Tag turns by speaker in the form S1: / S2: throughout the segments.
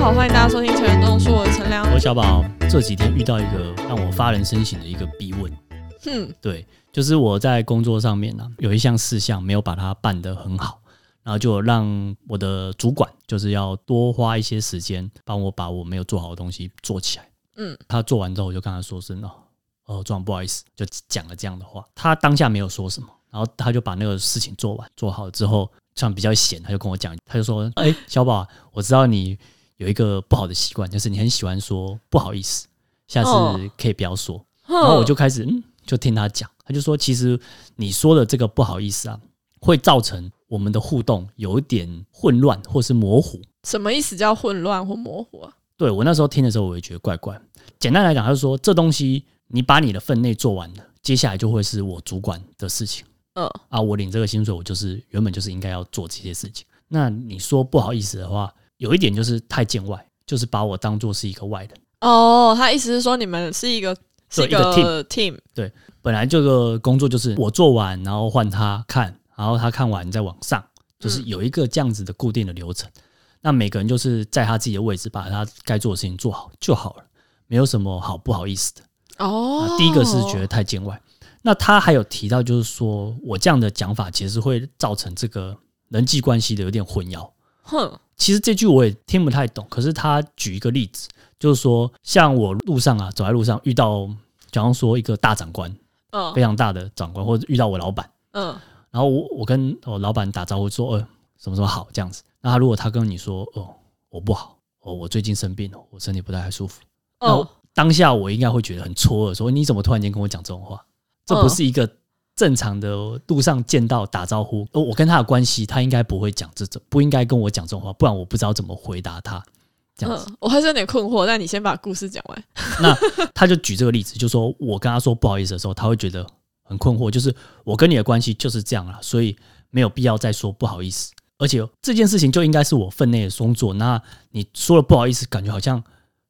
S1: 好，欢迎大家收听《成人动说我是陈 良。
S2: 我是小宝这几天遇到一个让我发人深省的一个逼问，
S1: 哼，
S2: 对，就是我在工作上面呢、有一项事项没有把它办得很好，然后就让我的主管就是要多花一些时间帮我把我没有做好的东西做起来。
S1: 嗯，
S2: 他做完之后，我就跟他说声哦，哦，壮不好意思，就讲了这样的话。他当下没有说什么，然后他就把那个事情做完，做好之后，像比较闲，他就跟我讲，他就说，哎、小宝啊，我知道你有一个不好的习惯，就是你很喜欢说不好意思，下次
S1: 哦
S2: 可以不要说。
S1: 然
S2: 然后我就开始嗯，就听他讲，他就说，其实你说的这个不好意思啊，会造成我们的互动有一点混乱或是模糊。
S1: 什么意思叫混乱或模糊啊？
S2: 对我那时候听的时候，我也觉得怪怪。简单来讲，他就说这东西你把你的分内做完了，接下来就会是我主管的事情
S1: 嗯，
S2: 啊。我领这个薪水，我就是原本就是应该要做这些事情。那你说不好意思的话，有一点就是太见外，就是把我当做是一个外人。
S1: 哦，他意思是说你们是一个是
S2: 对
S1: 个
S2: 一个
S1: team，
S2: 本来这个工作就是我做完，然后换他看，然后他看完再往上，就是有一个这样子的固定的流程。那每个人就是在他自己的位置，把他该做的事情做好就好了，没有什么好不好意思的。
S1: 哦
S2: 啊，，第一个是觉得太见外。那他还有提到，就是说我这样的讲法其实会造成这个人际关系的有点混淆。
S1: 哼，
S2: 其实这句我也听不太懂，可是他举一个例子，就是说像我路上啊，走在路上遇到，假如说一个大长官，
S1: 嗯
S2: 非常大的长官，或者遇到我老板，
S1: 嗯
S2: 然后我我跟我老板打招呼说，呃，什么什么好这样子。那他如果他跟你说，哦，我不好，哦，我最近生病了，我身体不太舒服，然后
S1: 哦，
S2: 当下我应该会觉得很错愕，说你怎么突然间跟我讲这种话？这不是一个正常的路上见到打招呼，呃我跟他的关系，他应该不会讲这种，不应该跟我讲这种话，不然我不知道怎么回答他。这样子，
S1: 嗯，我还是有点困惑，但你先把故事讲完。
S2: 他就举这个例子，就说我跟他说不好意思的时候，他会觉得很困惑，就是我跟你的关系就是这样啦，所以没有必要再说不好意思。而且这件事情就应该是我分内的工作，那你说了不好意思，感觉好像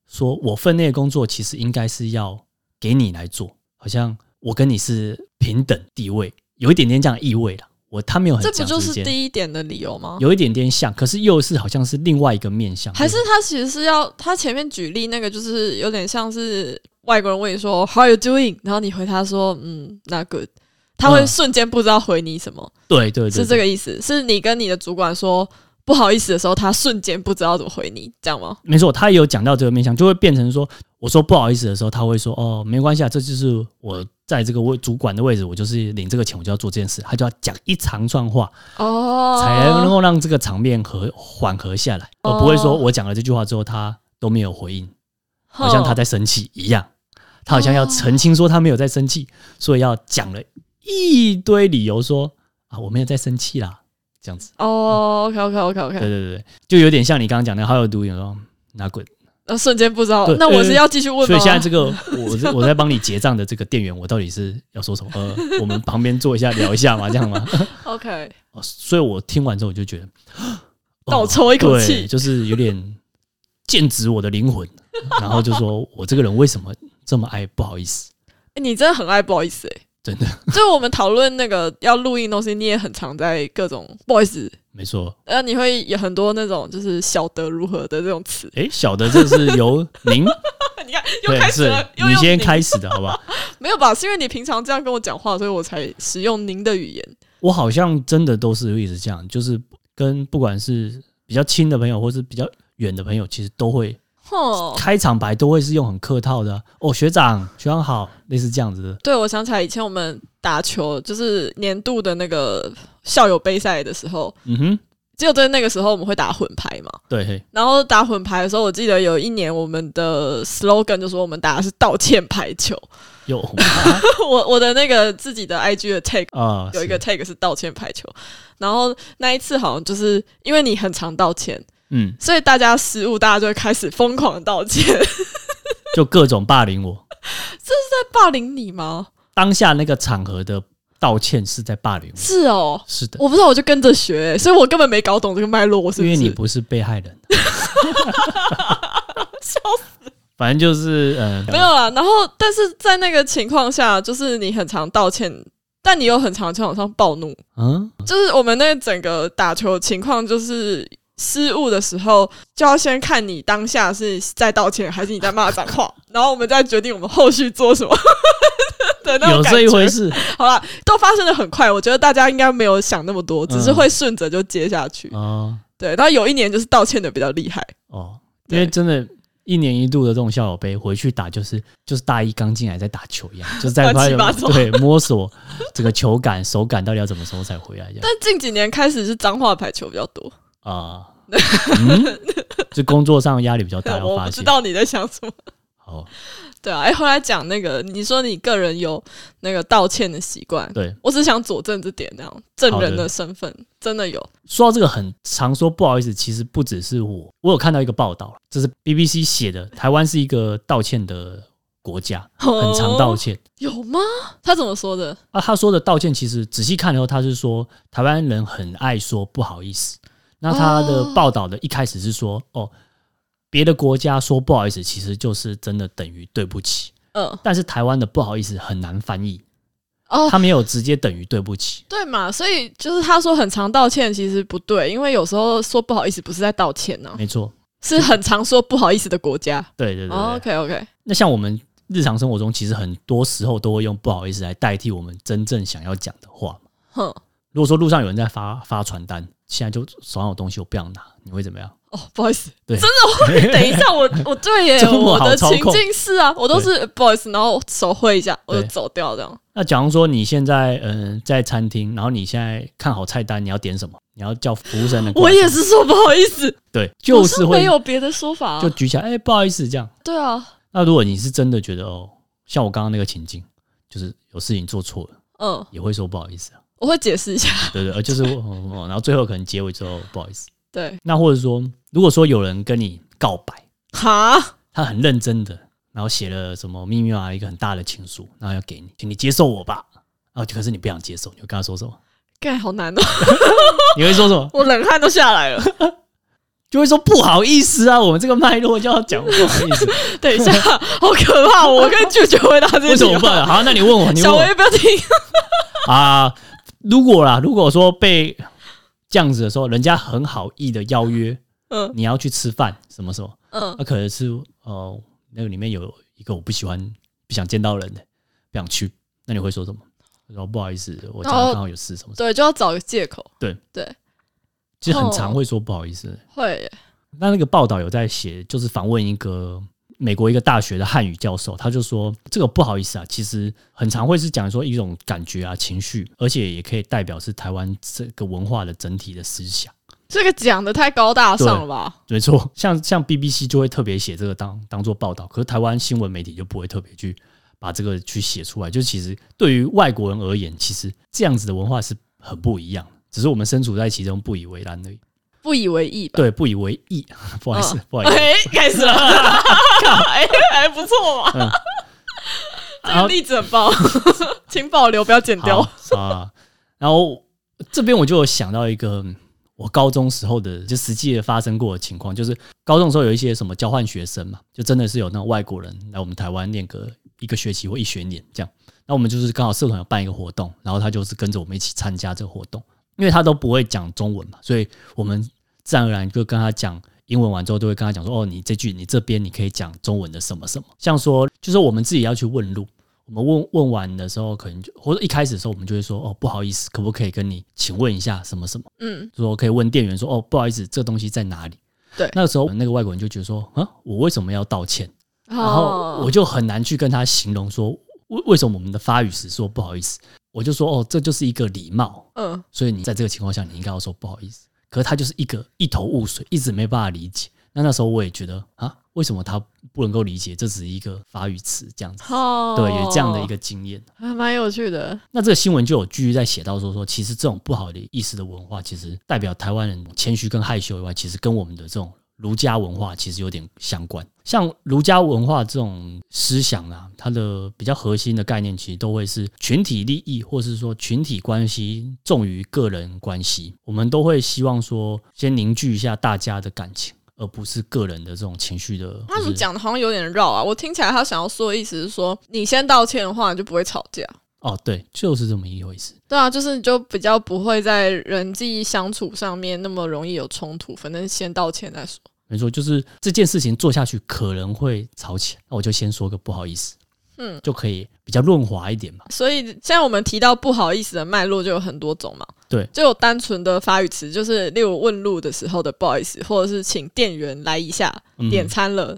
S2: 说我分内的工作其实应该是要给你来做，好像我跟你是平等地位，有一点点这样的意味啦。我他没有很
S1: 这不
S2: 讲
S1: 就
S2: 之
S1: 是
S2: 间
S1: 第一点的理由吗？
S2: 有一点点像，可是又是好像是另外一个面向，
S1: 还是他其实是要他前面举例那个，就是有点像是外国人问你说 How are you doing？然后你回他说嗯，Not good。他会
S2: 嗯
S1: 瞬间不知道回你什么，
S2: 对对对
S1: 是
S2: 对
S1: 这个意思？是你跟你的主管说不好意思的时候，他瞬间不知道怎么回你，这样吗？
S2: 没错，他也有讲到这个面向，就会变成说，我说不好意思的时候，他会说哦，没关系啊，这就是我在这个位主管的位置，我就是领这个钱，我就要做这件事，他就要讲一长串话，
S1: 哦，
S2: 才能够让这个场面和缓和下来。
S1: 哦
S2: 我不会说我讲了这句话之后，他都没有回应，
S1: 哼
S2: 好像
S1: 哦
S2: 他在生气一样，他好像要澄清说他没有在生气，所以要讲了一堆理由说啊，我没有在生气啦，这样子。
S1: 哦，OK OK OK
S2: 对
S1: OK，
S2: 对对，对就有点像你刚刚讲的，还有读，有说拿滚。
S1: 那瞬间不知道
S2: 对，
S1: 那我是要继续问吗？
S2: 所以现在这个我是我在帮你结账的这个店员，我到底是要说什么？呃，我们旁边坐一下聊一下嘛，这样吗？
S1: OK，
S2: 哦所以我听完之后我就觉得，哦
S1: 倒抽一口
S2: 对
S1: 气
S2: 就是有点剑指我的灵魂，然后就说我这个人为什么这么爱不好意思？
S1: 欸你真的很爱不好意思哎、
S2: 真的，
S1: 就是我们讨论那个要录音的东西，你也很常在各种不好意思，
S2: 没错。
S1: 呃，你会有很多那种就是晓得如何的这种词。
S2: 哎，小的这是由
S1: 你
S2: 您
S1: 看， 又
S2: 对
S1: 开始
S2: 是
S1: 了，又
S2: 你
S1: 用
S2: 先
S1: 您
S2: 开始的好不好？
S1: 没有吧？是因为你平常这样跟我讲话，所以我才使用您的语言。
S2: 我好像真的都是一直这样，就是跟不管是比较亲的朋友，或是比较远的朋友，其实都会
S1: 哼，
S2: 开场白都会是用很客套的啊、哦，学长，学长好，类似这样子的。
S1: 对，我想起来以前我们打球，就是年度的那个校友杯赛的时候，
S2: 嗯哼，
S1: 只有在那个时候我们会打混牌嘛。
S2: 对，嘿
S1: 然后打混牌的时候，我记得有一年我们的 slogan 就说我们打的是道歉排球。
S2: 又
S1: 我我的那个自己的 IG 的 tag
S2: 啊，
S1: 有一
S2: 是
S1: 个 tag 是道歉排球，然后那一次好像就是因为你很常道歉，
S2: 嗯，
S1: 所以大家失误，大家就会开始疯狂的道歉， 在
S2: 就各种霸凌我。
S1: 霸凌你吗？
S2: 当下那个场合的道歉是在霸凌我，
S1: 是哦，
S2: 是的，
S1: 我不知道，我就跟着学、欸所以我根本没搞懂这个脉络，我是不
S2: 因为你
S1: 是？
S2: 不是被害人，
S1: 笑
S2: 反正就是呃，
S1: 没有啦，然后但是在那个情况下，就是你很常道歉，但你又很常在场上暴怒，
S2: 嗯，
S1: 就是我们那整个打球情况，就是失误的时候，就要先看你当下是在道歉还是你在骂脏 话，然后我们再决定我们后续做什么 的那种
S2: 有
S1: 感觉。
S2: 这一回事
S1: 好啦，都发生的很快，我觉得大家应该没有想那么多，只是
S2: 嗯
S1: 会顺着就接下去。
S2: 哦
S1: 对，然后有一年就是道歉的比较厉害，
S2: 哦，因
S1: 对
S2: 为真的。一年一度的这种校友杯回去打，就是就是大一刚进来在打球一 样，就是在
S1: 乱七八糟
S2: 对摸索整个球感、手感到底要怎么时候才回来这样
S1: 但近几年开始是脏话排球比较多，
S2: 啊、嗯，就工作上压力比较大，我
S1: 我
S2: 发哦
S1: 不知
S2: 现。
S1: 道你在想什么。
S2: 好，
S1: 对啊，哎、后来讲那个，你说你个人有那个道歉的习惯，
S2: 对，
S1: 我只想佐证这点，那样证人
S2: 好
S1: 的
S2: 的
S1: 身份真的有，
S2: 说到这个很常说不好意思，其实不只是我，我有看到一个报道，这是 BBC 写的，台湾是一个道歉的国家，很常道歉。
S1: 哦有吗？他怎么说的？
S2: 啊，他说的道歉，其实仔细看以后，他是说台湾人很爱说不好意思。那他
S1: 哦
S2: 的报道的一开始是说，哦，别的国家说不好意思，其实就是真的等于对不起，
S1: 嗯，
S2: 但是台湾的不好意思很难翻译，
S1: 哦，
S2: 他没有直接等于对不起。
S1: 对嘛，所以就是他说很常道歉，其实不对，因为有时候说不好意思不是在道歉呢、
S2: 没错，
S1: 是很常说不好意思的国家。
S2: 对对对对。
S1: 哦、OK OK，
S2: 那像我们日常生活中，其实很多时候都会用不好意思来代替我们真正想要讲的话。
S1: 哼，
S2: 如果说路上有人在发发传单，现在就手上有东西我不想拿，你会怎么样？
S1: 哦，不好意思，
S2: 对
S1: 真的会。等一下，我我对耶，
S2: 这么
S1: 我
S2: 好
S1: 的情
S2: 操控
S1: 境是啊，我都是呃不好意思，然后手挥一下，我就
S2: 对
S1: 走掉这样。
S2: 那假如说你现在嗯、呃在餐厅，然后你现在看好菜单，你要点什么？你要叫服务生的。
S1: 我也是说不好意思，
S2: 对，就
S1: 我
S2: 是
S1: 没
S2: 会
S1: 有别的说法、啊。
S2: 就举起来，哎、不好意思，这样。
S1: 对啊，
S2: 那如果你是真的觉得哦，像我刚刚那个情境，就是有事情做错了，
S1: 嗯，
S2: 也会说不好意思啊，
S1: 我会解释一下。
S2: 对对，呃就是、哦哦然后最后可能结尾之后不好意思。
S1: 对，
S2: 那或者说，如果说有人跟你告白，
S1: 哈，
S2: 他很认真的，然后写了什么密密啊麻麻一个很大的情书，然后要给你，请你接受我吧。啊，可是你不想接受，你会跟他说什么？
S1: 盖好难哦，
S2: 你会说什么？
S1: 我冷汗都下来 了。
S2: 就会说不好意思啊，我们这个脉络就要讲不 好意思，
S1: 等一下，好可怕！我跟拒绝回答这
S2: 为
S1: 个
S2: 什
S1: 题
S2: 么办？好，那你问我，你问
S1: 小
S2: 我
S1: 薇不要听，
S2: 啊。如果啦，如果说被这样子的时候，人家很好意的邀约，
S1: 嗯
S2: 你要去吃饭什么什么，
S1: 嗯
S2: 那、可能是呃，那个里面有一个我不喜欢、不想见到人的，不想去，那你会说什么？我说不好意思，我家
S1: 然后
S2: 刚好有事什么什么，
S1: 对，就要找个借口。
S2: 对
S1: 对，
S2: 其实很
S1: 哦
S2: 常会说不好意思。
S1: 会耶
S2: 那那个报道有在写，就是访问一个美国一个大学的汉语教授，他就说这个不好意思啊，其实很常会是讲说一种感觉啊、情绪，而且也可以代表是台湾这个文化的整体的思想。
S1: 这个讲的太高大上了吧？
S2: 没错，像像 BBC 就会特别写这个当当做报道，可是台湾新闻媒体就不会特别去把这个去写出来。就其实对于外国人而言，其实这样子的文化是很不一样的，只是我们身处在其中不以为然而已。
S1: 不以为意吧？
S2: 对，不以为意， 不好意思，
S1: 嗯
S2: 不好意 思。
S1: 哎，开 始了， 哎，还不错嘛。
S2: 嗯
S1: 这个例子很棒， 请保留，不要剪掉。
S2: 好啊。然后这边我就有想到一个嗯我高中时候的就实际的发生过的情况，就是高中的时候有一些什么交换学生嘛，就真的是有那种外国人来我们台湾念个一个学期或一学年这样。那我们就是刚好社团有办一个活动，然后他就是跟着我们一起参加这个活动，因为他都不会讲中文嘛，所以我们自然而然就跟他讲英文，完之后都会跟他讲说，哦，你这句你这边你可以讲中文的什么什么，像说就是我们自己要去问路，我们问问完的时候，可能就或者一开始的时候，我们就会说哦，不好意思，可不可以跟你请问一下什么什么？
S1: 嗯，
S2: 说可以问店员说哦，不好意思，这东西在哪里？
S1: 对
S2: 那个时候那个外国人就觉得说啊，我为什么要道歉？然后我
S1: 哦
S2: 就很难去跟他形容说为为什么我们的发语是说不好意思，我就说哦，这就是一个礼貌，
S1: 嗯，
S2: 所以你在这个情况下，你应该要说不好意思。可是他就是一个一头雾水，一直没办法理解。那那时候我也觉得啊，为什么他不能够理解这只是一个法语词这样子？
S1: 好，
S2: 对，有这样的一个经验。
S1: 还蛮有趣的。
S2: 那这个新闻就有继续在写到说说，其实这种不好的意思的文化，其实代表台湾人谦虚跟害羞以外，其实跟我们的这种儒家文化其实有点相关。像儒家文化这种思想啊，它的比较核心的概念，其实都会是群体利益，或是说群体关系重于个人关系。我们都会希望说，先凝聚一下大家的感情，而不是个人的这种情绪的。
S1: 他怎
S2: 就
S1: 么
S2: 是
S1: 讲的好像有点绕啊？我听起来他想要说的意思是说，你先道歉的话，你就不会吵架。
S2: 哦，对，就是这么一回事。
S1: 对啊，就是你就比较不会在人际相处上面那么容易有冲突，反正先道歉再说。
S2: 没错，就是这件事情做下去可能会吵起来，那我就先说个不好意思，
S1: 嗯，
S2: 就可以比较润滑一点嘛。
S1: 所以现在我们提到不好意思的脉络就有很多种嘛，
S2: 对
S1: 就有单纯的发语词，就是例如问路的时候的不好意思，或者是请店员来一下，
S2: 嗯
S1: 点餐了，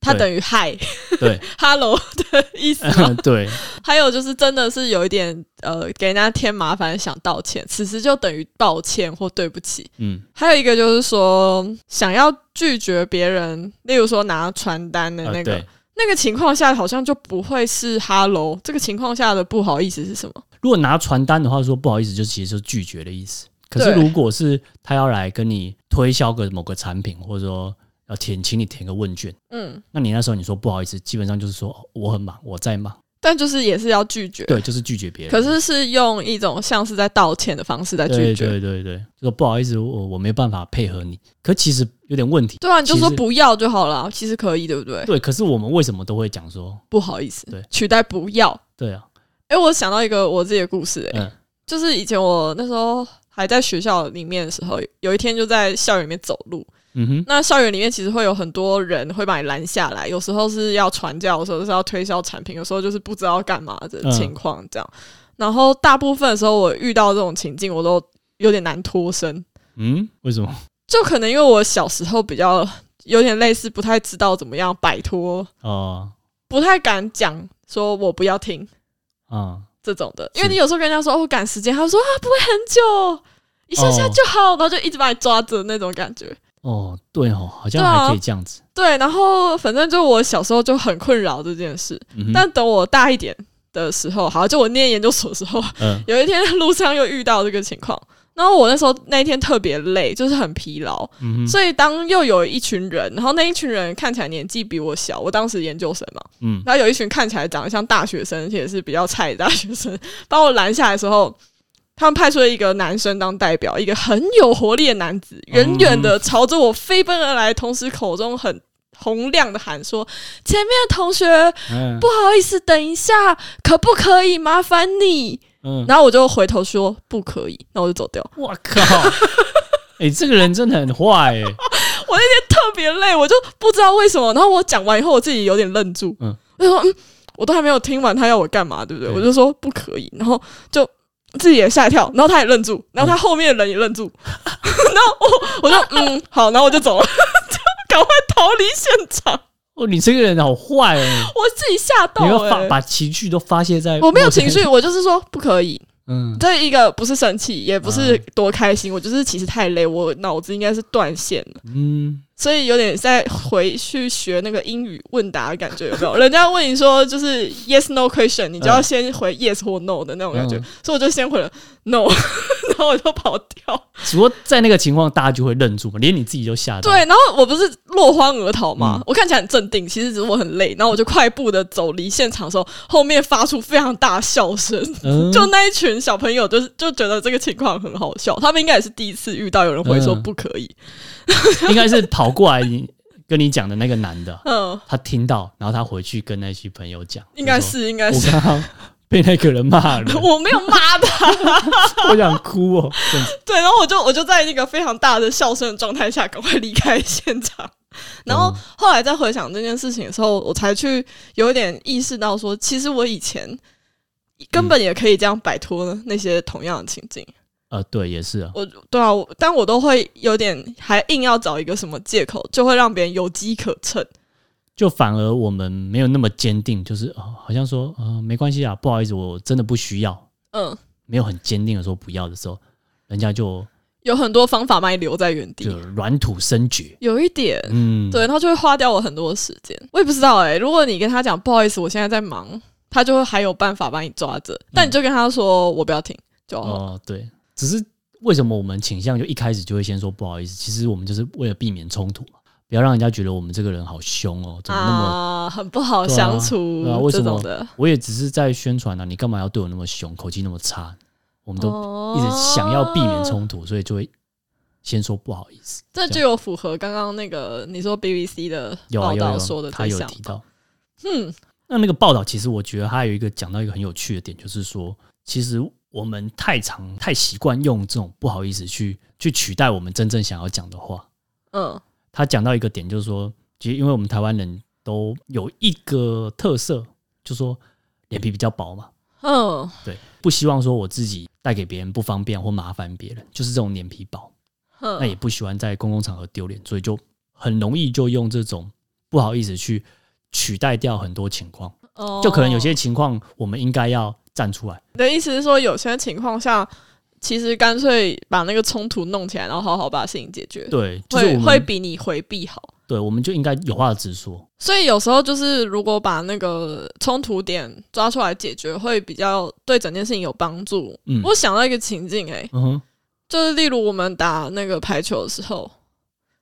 S1: 它
S2: 对
S1: 等于嗨
S2: 对
S1: hello 的意思嘛。
S2: 对，
S1: 还有就是真的是有一点呃给人家添麻烦想道歉，此时就等于抱歉或对不起。
S2: 嗯，
S1: 还有一个就是说，想要拒绝别人，例如说拿传单的
S2: 啊
S1: 那个，
S2: 对。
S1: 那个情况下好像就不会是 “hello”。这个情况下的不好意思是什么？
S2: 如果拿传单的话，说不好意思，就其实就是拒绝的意思。可是
S1: 对
S2: 如果是他要来跟你推销个某个产品，或者说要填，请你填个问卷，
S1: 嗯，
S2: 那你那时候你说不好意思，基本上就是说、哦我很忙，我在忙，
S1: 但就是也是要拒绝。
S2: 对，就是拒绝别人。
S1: 可是是用一种像是在道歉的方式在拒
S2: 对
S1: 绝。
S2: 对对对，就说不好意思，我我没办法配合你。可其实有点问题。
S1: 对啊，你就说
S2: 其实
S1: 不要就好了，其实可以，对不对？
S2: 对，可是我们为什么都会讲说，
S1: 不好意思
S2: 对，
S1: 取代不要。
S2: 对啊，
S1: 哎、我想到一个我自己的故事、诶
S2: 嗯
S1: 就是以前我那时候还在学校里面的时候，有一天就在校园里面走路，
S2: 嗯哼，
S1: 那校园里面其实会有很多人会把你拦下来，有时候是要传教，有时候是要推销产品，有时候就是不知道干嘛的情况这样。然后大部分的时候，我遇到这种情境，我都有点难脱身，
S2: 嗯，为什么？
S1: 就可能因为我小时候比较有点类似不太知道怎么样摆脱，
S2: 哦，
S1: 不太敢讲说我不要听
S2: 啊、
S1: 这种的，
S2: 是
S1: 因为你有时候跟人家说、哦、我赶时间，他说啊不会很久，一下下就好，然后就一直把你抓着那种感觉。
S2: 哦，对哦，好像
S1: 对啊
S2: 还可以这样子。
S1: 对，然后反正就我小时候就很困扰这件事，
S2: 嗯哼，
S1: 但等我大一点的时候，好，就我念研究所的时候，
S2: 嗯
S1: 有一天在路上又遇到这个情况。然后我那时候那一天特别累，就是很疲劳，
S2: 嗯哼，
S1: 所以当又有一群人，然后那一群人看起来年纪比我小，我当时研究生嘛，
S2: 嗯
S1: 然后有一群看起来长得像大学生，而且是比较菜的大学生，把我拦下来的时候，他们派出了一个男生当代表，一个很有活力的男子，远远的朝着我飞奔而来，同时口中很洪亮的喊说：“前面的同学，
S2: 嗯，
S1: 不好意思，等一下，可不可以麻烦你？”
S2: 嗯，
S1: 然后我就回头说：“不可以。”那我就走掉。
S2: 我靠，哎、这个人真的很坏哎、
S1: 我那天特别累，我就不知道为什么。然后我讲完以后，我自己有点愣住，
S2: 嗯
S1: 我就说，嗯，我都还没有听完他要我干嘛，对不对？
S2: 对
S1: 我就说不可以，然后就自己也吓一跳，然后他也愣住，然后他后面的人也愣住， 然后我我就嗯好，然后我就走了， 就赶快逃离现场，
S2: 哦，你这个人好坏哎、
S1: 我自己吓到
S2: 你要
S1: 了、
S2: 发把情绪都发泄在
S1: 欸我没有情绪，，我就是说不可以。
S2: 嗯，
S1: 这一个不是生气，也不是多开心，我就是其实太累，我脑子应该是断线了。
S2: 嗯，
S1: 所以有点在回去学那个英语问答的感觉，有没 有？人家问你说就是 yes no question，你就要先回 yes 或 no 的那种感觉，
S2: 嗯
S1: 所以我就先回了 no，然 后我就跑掉。
S2: 只不过在那个情况，大家就会愣住嘛，连你自己都吓到。
S1: 对，，然后我不是落荒而逃吗？
S2: 嗯
S1: 我看起来很镇定，其实只是我很累，然后我就快步的走离现场的时候，后面发出非常大的笑声。
S2: 嗯，
S1: 就那一群小朋友，就是就觉得这个情况很好笑，他们应该也是第一次遇到有人会说
S2: 嗯
S1: 不可以，
S2: 应该是跑过来你跟你讲的那个男的，
S1: 嗯，
S2: 他听到，然后他回去跟那些朋友讲，
S1: 应该
S2: 就说
S1: 是应该是，
S2: 我，刚刚被那个人骂了
S1: 我没有骂他，
S2: 我想哭哦，这样子
S1: 对，然后我就我就在那个非常大的笑声的状态下，赶快离开现场。然后后来再回想这件事情的时候，我才去有一点意识到说，其实我以前根本也可以这样摆脱那些同样的情境。
S2: 呃，对，也是啊，
S1: 我对啊，我但我都会有点还硬要找一个什么借口，就会让别人有机可乘。
S2: 就反而我们没有那么坚定，就是、哦、好像说，呃，没关系啊，不好意思，我真的不需要，
S1: 嗯，
S2: 没有很坚定的说不要的时候，人家就
S1: 有很多方法把你留在原
S2: 就
S1: 地，
S2: 软土生绝，
S1: 有一点。
S2: 嗯，
S1: 对，，然后就会花掉我很多时间。我也不知道哎、如果你跟他讲不好意思，我现在在忙，他就会还有办法把你抓着。但你就跟他说我不要听就好了。
S2: 嗯哦，对，只是为什么我们倾向就一开始就会先说不好意思？其实我们就是为了避免冲突嘛，不要让人家觉得我们这个人好凶哦，怎么那么
S1: 啊，很不好
S2: 对啊
S1: 相处、
S2: 对啊为什
S1: 这
S2: 么
S1: 种的，
S2: 我也只是在宣传啊，你干嘛要对我那么凶，口气那么差？我们都
S1: 哦
S2: 一直想要避免冲突，所以就会先说不好意思。
S1: 这就有符合刚刚那个你说 BBC 的
S2: 有啊
S1: 报
S2: 有啊有
S1: 道
S2: 啊
S1: 说的
S2: 他
S1: 对
S2: 有
S1: 象。
S2: 提到。
S1: 嗯，
S2: 那那个报道其实我觉得还有一个讲到一个很有趣的点，就是说，其实我们太常太习惯用这种不好意思去去取代我们真正想要讲的话。
S1: 嗯
S2: 他讲到一个点，就是说，其实因为我们台湾人都有一个特色，就说脸皮比较薄嘛，
S1: 嗯
S2: 对，不希望说我自己带给别人不方便或麻烦别人，就是这种脸皮薄。那也
S1: 嗯，
S2: 不喜欢在公共场合丢脸，所以就很容易就用这种不好意思去取代掉很多情况。
S1: 哦
S2: 就可能有些情况，我们应该要站出来。
S1: 你的意思是说，有些情况下，其实干脆把那个冲突弄起来，然后好好把事情解决，
S2: 对，就是
S1: 会
S2: 我
S1: 会
S2: 们
S1: 比你回避好。
S2: 对，我们就应该有话直说。
S1: 所以有时候就是，如果把那个冲突点抓出来解决，会比较对整件事情有帮助。
S2: 嗯
S1: 我想到一个情境、欸，
S2: 嗯哼，
S1: 就是例如我们打那个排球的时候，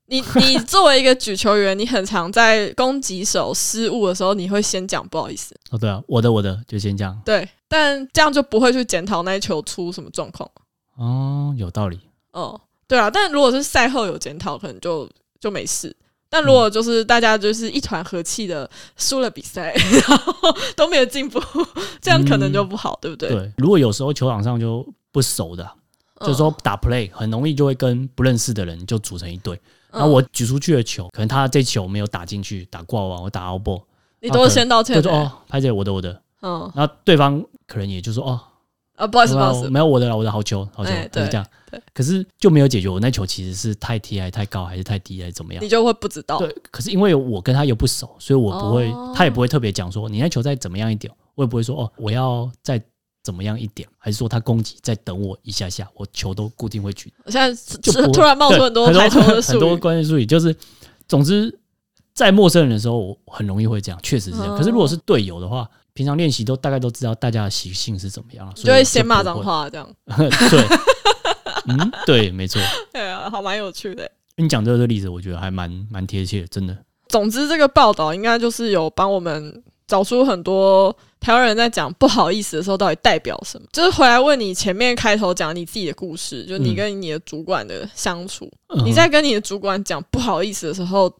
S1: 你 你作为一个举球员，你很常在攻击手失误的时候，你会先讲不好意思，
S2: 哦对啊，我的我的就先这样。
S1: 对，但这样就不会去检讨那一球出什么状况。
S2: 哦，有道理。
S1: 哦，对啊，但如果是赛后有检讨，可能就就没事。但如果
S2: 嗯
S1: 就是大家就是一团和气的输了比赛， 然后都没有进步，这样可能就不好，对不对？
S2: 嗯对，如果有时候球场上就不熟的啊，
S1: 嗯
S2: 就是说打 play 很容易就会跟不认识的人就组成一队。
S1: 嗯
S2: 然后我举出去的球，可能他这球没有打进去，打挂网，我打 out ball，
S1: 你都是先道歉
S2: 啊就
S1: 的、
S2: 说哦，拍这我的我的。
S1: 嗯
S2: 然后对方可能也就说哦，
S1: 啊，不好意思，
S2: 没
S1: 不
S2: 有
S1: 好意思，
S2: 没有我的啦，我的好球，好球，
S1: 哎
S2: 就
S1: 对
S2: 是这样
S1: 对。
S2: 可是就没有解决我那球其实是太低还是太高还是太低还是怎么样
S1: 你？就会不知道。
S2: 对，可是因为我跟他又不熟，所以我不会，
S1: 哦
S2: 他也不会特别讲说你那球再怎么样一点，我也不会说哦我要再怎么样一点，还是说他攻击再等我一下下，我球都固定会举。
S1: 我现在
S2: 就不
S1: 只
S2: 会
S1: 突然冒出很多
S2: 对
S1: 排球的
S2: 很
S1: 术
S2: 多
S1: 语，
S2: 关键术语，就是总之在陌生人的时候，我很容易会这样，确实是这样。
S1: 哦
S2: 可是如果是队友的话，平常练习都大概都知道大家的习性是怎么样了，
S1: 你
S2: 所以
S1: 就会先骂
S2: 不
S1: 脏
S2: 会。
S1: 话，这样。
S2: 对，嗯，对，没错。
S1: 对啊，好蛮有趣的。
S2: 你讲这个例子，我觉得还蛮蛮贴切的，真的。
S1: 总之，这个报道应该就是有帮我们找出很多台湾人在讲不好意思的时候到底代表什么。就是回来问你前面开头讲你自己的故事，就你
S2: 嗯
S1: 跟你的主管的相处，
S2: 嗯
S1: 你在跟你的主管讲不好意思的时候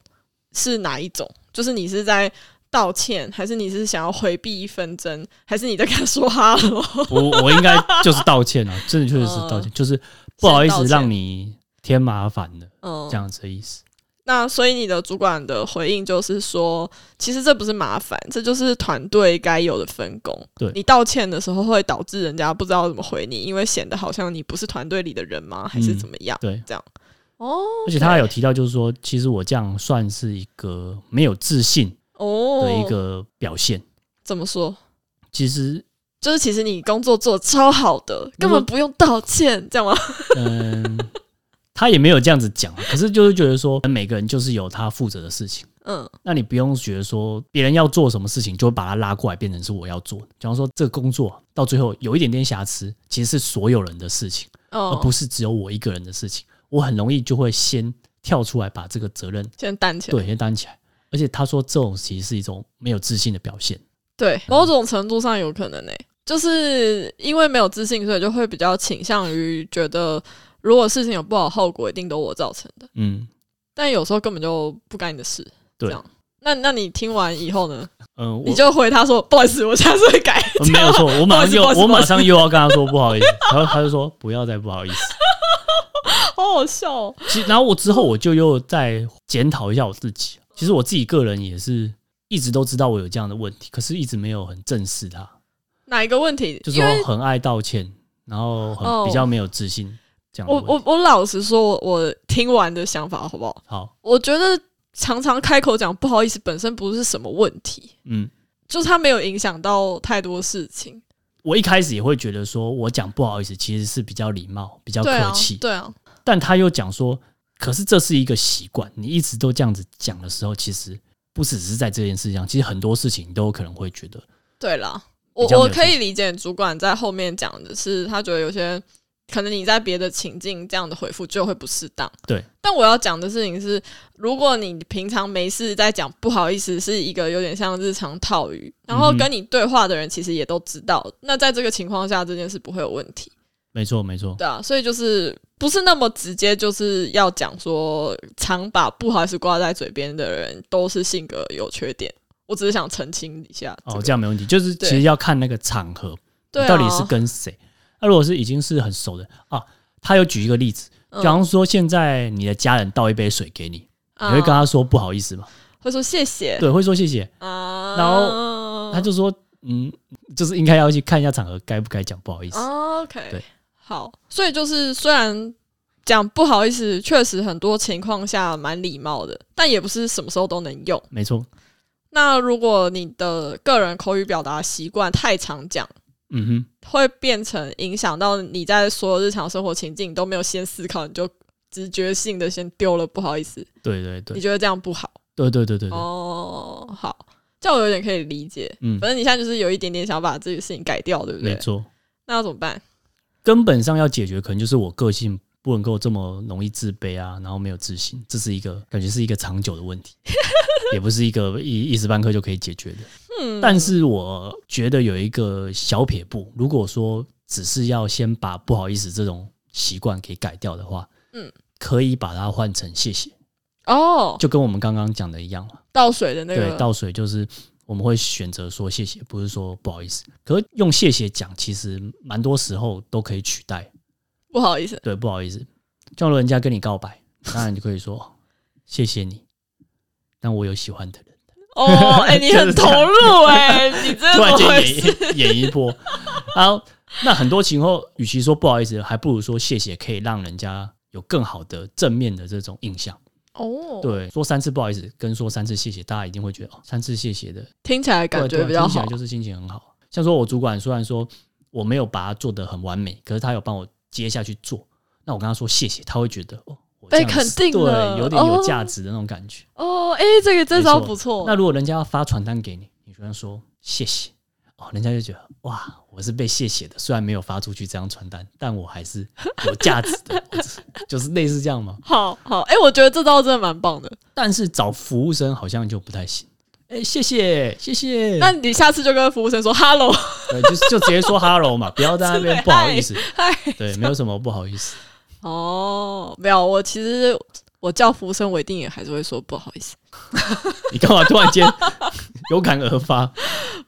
S1: 是哪一种？就是你是在道歉，还是你是想要回避纷争，还是你在跟他说哈喽？
S2: 嗯我我应该就是道歉了，真的确实是道歉，就是不好意
S1: 哦先道
S2: 思
S1: 歉
S2: 让你添麻烦了，
S1: 嗯
S2: 这，样子的意思。
S1: 那所以你的主管的回应就是说，其实这不是麻烦，这就是团队该有的分工。
S2: 对
S1: 你道歉的时候会导致人家不知道怎么回你，因为显得好像你不是团队里的人吗？还是怎么样？
S2: 嗯对，
S1: 哦
S2: 而且他还有提到，就是说，其实我这样算是一个没有自信
S1: 哦
S2: 的一个表现。
S1: 怎么说？
S2: 其实，
S1: 就是其实你工作做得超好的，根本不用道歉，这样吗？
S2: 嗯，他也没有这样子讲，啊可是就是觉得说，每个人就是有他负责的事情。
S1: 嗯
S2: 那你不用觉得说别人要做什么事情，就会把他拉过来变成是我要做的。比方说，这个工作到最后有一点点瑕疵，其实是所有人的事情，而
S1: 哦，
S2: 不是只有我一个人的事情。我很容易就会先跳出来把这个责任
S1: 先担歉。
S2: 对先担起来。而且他说，这种其实是一种没有自信的表现。
S1: 对，某种程度上有可能诶、就是因为没有自信，所以就会比较倾向于觉得，如果事情有不好的后果，一定都我造成的。
S2: 嗯，
S1: 但有时候根本就不干你的事。
S2: 对
S1: 这样那那你听完以后呢？
S2: 嗯、我
S1: 你就回他说：“不好意思，我下次会改。
S2: 呃没有错，我马上又
S1: 不好意思
S2: 我
S1: 不好
S2: 马
S1: 意思
S2: 上又要跟他说不好意思，然后他就说不要再不好意思。”
S1: 好好笑、哦。
S2: 其实，然后我之后我就又再检讨一下我自己。其实我自己个人也是一直都知道我有这样的问题，可是一直没有很正视它，
S1: 哪一个问题？
S2: 就是
S1: 因为
S2: 说很爱道歉，然后很、
S1: 哦
S2: 比较没有自信这样的
S1: 我
S2: 问题。
S1: 我我老实说，我我听完的想法好不好？
S2: 好，
S1: 我觉得常常开口讲不好意思，本身不是什么问题，
S2: 嗯，
S1: 就是他没有影响到太多事情。
S2: 我一开始也会觉得说我讲不好意思其实是比较礼貌、比较
S1: 对
S2: 客
S1: 啊
S2: 气，，
S1: 对啊，
S2: 但他又讲说，可是这是一个习惯，你一直都这样子讲的时候，其实不只是在这件事上，其实很多事情你都有可能会觉得
S1: 对啦。
S2: 比
S1: 我
S2: 较没有
S1: 我可以理解主管在后面讲的是，他觉得有些可能你在别的情境这样的回复就会不适当。
S2: 对，
S1: 但我要讲的事情是，如果你平常没事在讲不好意思，是一个有点像日常套语，然后
S2: 嗯哼
S1: 跟你对话的人其实也都知道，那在这个情况下，这件事不会有问题。
S2: 没错没错，
S1: 对啊，所以就是不是那么直接，就是要讲说常把不好意思挂在嘴边的人都是性格有缺点。我只是想澄清一下、
S2: 哦，这样没问题。就是其
S1: 对
S2: 实要看那个场合，
S1: 对、啊，
S2: 到底是跟谁。那、如果是已经是很熟的啊，他有举一个例子，
S1: 嗯
S2: 比方说现在你的家人倒一杯水给你，你会跟
S1: 啊
S2: 他说不好意思吗？
S1: 会说谢谢
S2: 对，会说谢谢。
S1: 啊，
S2: 然后他就说，嗯，就是应该要去看一下场合，该不该讲不好意思。
S1: 哦 OK，
S2: 对
S1: 好，所以就是虽然讲不好意思，确实很多情况下蛮礼貌的，但也不是什么时候都能用。
S2: 没错，
S1: 那如果你的个人口语表达习惯太常讲，
S2: 嗯哼，
S1: 会变成影响到你在所有日常生活情境都没有先思考，你就直觉性的先丢了，不好意思，
S2: 对对
S1: 你
S2: 对，
S1: 觉得这样不好
S2: 对对对对对，
S1: 哦。好，这样我有点可以理解。
S2: 嗯，
S1: 反正你现在就是有一点点想把这个事情改掉，对不
S2: 没
S1: 对？
S2: 错。
S1: 那要怎么办？
S2: 根本上要解决，可能就是我个性不能够这么容易自卑啊，然后没有自信，这是一个感觉是一个长久的问 题，也不是一个一一时半刻就可以解决的。
S1: 嗯，
S2: 但是我觉得有一个小撇步，如果说只是要先把不好意思这种习惯给改掉的话，
S1: 嗯
S2: 嗯，可以把它换成谢谢，
S1: 哦，
S2: 就跟我们刚刚讲的一样嘛。
S1: 倒水的那个
S2: 对，倒水就是我们会选择说谢谢，不是说不好意思。可是用谢谢讲，其实蛮多时候都可以取代。
S1: 不好意思，
S2: 对，不好意思，就像人家跟你告白，当然你就可以说哦谢谢你，但我有喜欢的人，
S1: 哦， 哎、你很投入哎、你真的
S2: 突然
S1: 怎么
S2: 间
S1: 回事？
S2: 演演一 波。好，那很多情况，与其说不好意思，还不如说谢谢，可以让人家有更好的正面的这种印象。
S1: 哦，
S2: 对，说三次不好意思，跟说三次谢谢，大家一定会觉得哦，三次谢谢的
S1: 听起来感
S2: 对
S1: 觉
S2: 对
S1: 比较
S2: 听起
S1: 好
S2: 来就是心情很好。像说我主管虽然说我没有把它做得很完美，可是他有帮我接下去做，那我跟他说谢谢，他会觉得哦，我这
S1: 被
S2: 样子
S1: 肯定了
S2: 对，有点有
S1: 哦
S2: 价值的那种感觉。
S1: 哦，哎、这个这
S2: 没
S1: 招
S2: 错
S1: 不错，
S2: 那如果人家要发传单给你，你居然说谢谢，哦，人家就觉得哇，我是被谢谢的，虽然没有发出去这张传单，但我还是有价值的，我只就是类似这样嘛。
S1: 好好，哎、我觉得这招真的蛮棒的。
S2: 但是找服务生好像就不太行。哎、谢谢，谢谢。
S1: 那你下次就跟服务生说 “hello”，
S2: 对，就是就直接说 hello 嘛，不要在那边不好意思。
S1: 嗨。
S2: 对，没有什么不好意思。
S1: 哦，没有，我其实我叫服务生，我一定也还是会说不好意思，
S2: 你干嘛突然间 有感而发？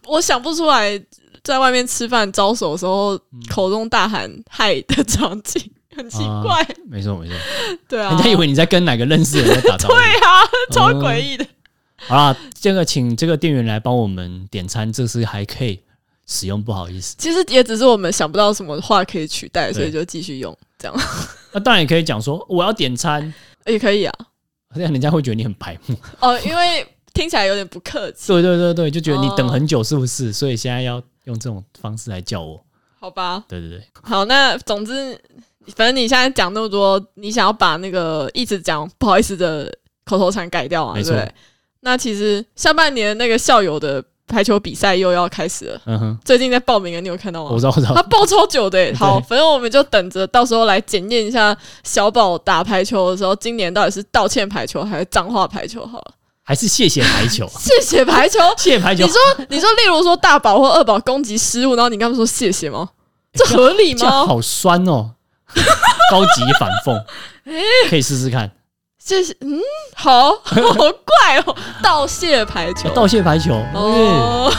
S1: 我想不出来在外面吃饭招手的时候、
S2: 嗯
S1: 口中大喊“嗨”的场景，很奇怪。
S2: 没错没错，
S1: 对啊，
S2: 啊人家以为你在跟哪个认识的人在打招呼。
S1: 对啊，超诡异的。
S2: 好啦，这个请这个店员来帮我们点餐，这是还可以使用，不好意思。
S1: 其实也只是我们想不到什么话可以取代，
S2: 对
S1: 所以就继续用这样
S2: 那当然也可以讲说我要点餐，
S1: 也可以啊。
S2: 这样人家会觉得你很白目。
S1: 哦，因为听起来有点不客气，
S2: 对对对对，就觉得你
S1: 哦
S2: 等很久是不是？所以现在要用这种方式来叫我。
S1: 好吧？
S2: 对对对，
S1: 好，那总之，反正你现在讲那么多，你想要把那个一直讲不好意思的口头禅改掉嘛，对
S2: 没
S1: 不
S2: 错
S1: 对？那其实下半年那个校友的排球比赛又要开始了，
S2: 嗯哼，
S1: 最近在报名了，你有看到
S2: 我
S1: 吗？
S2: 知道我知
S1: 他
S2: 道，
S1: 报超久的耶、好，
S2: 对
S1: 反正我们就等着到时候来检验一下小宝打排球的时候，今年到底是道歉排球还是脏话排球好了。，
S2: 还是谢谢排球
S1: 谢谢排球，
S2: 谢谢排球
S1: 你。说，你说，例如说大宝或二宝攻击失误，然后你跟他们说谢谢吗？这合理
S2: 这样
S1: 吗？
S2: 好酸哦， 高级反 讽，可以试试看。
S1: 谢谢，嗯，好好怪哦，道谢排球。
S2: 道谢排球，嗯，
S1: 哦，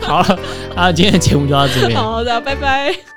S2: 好了，啊，今天的节目就到这边。
S1: 好的，拜拜。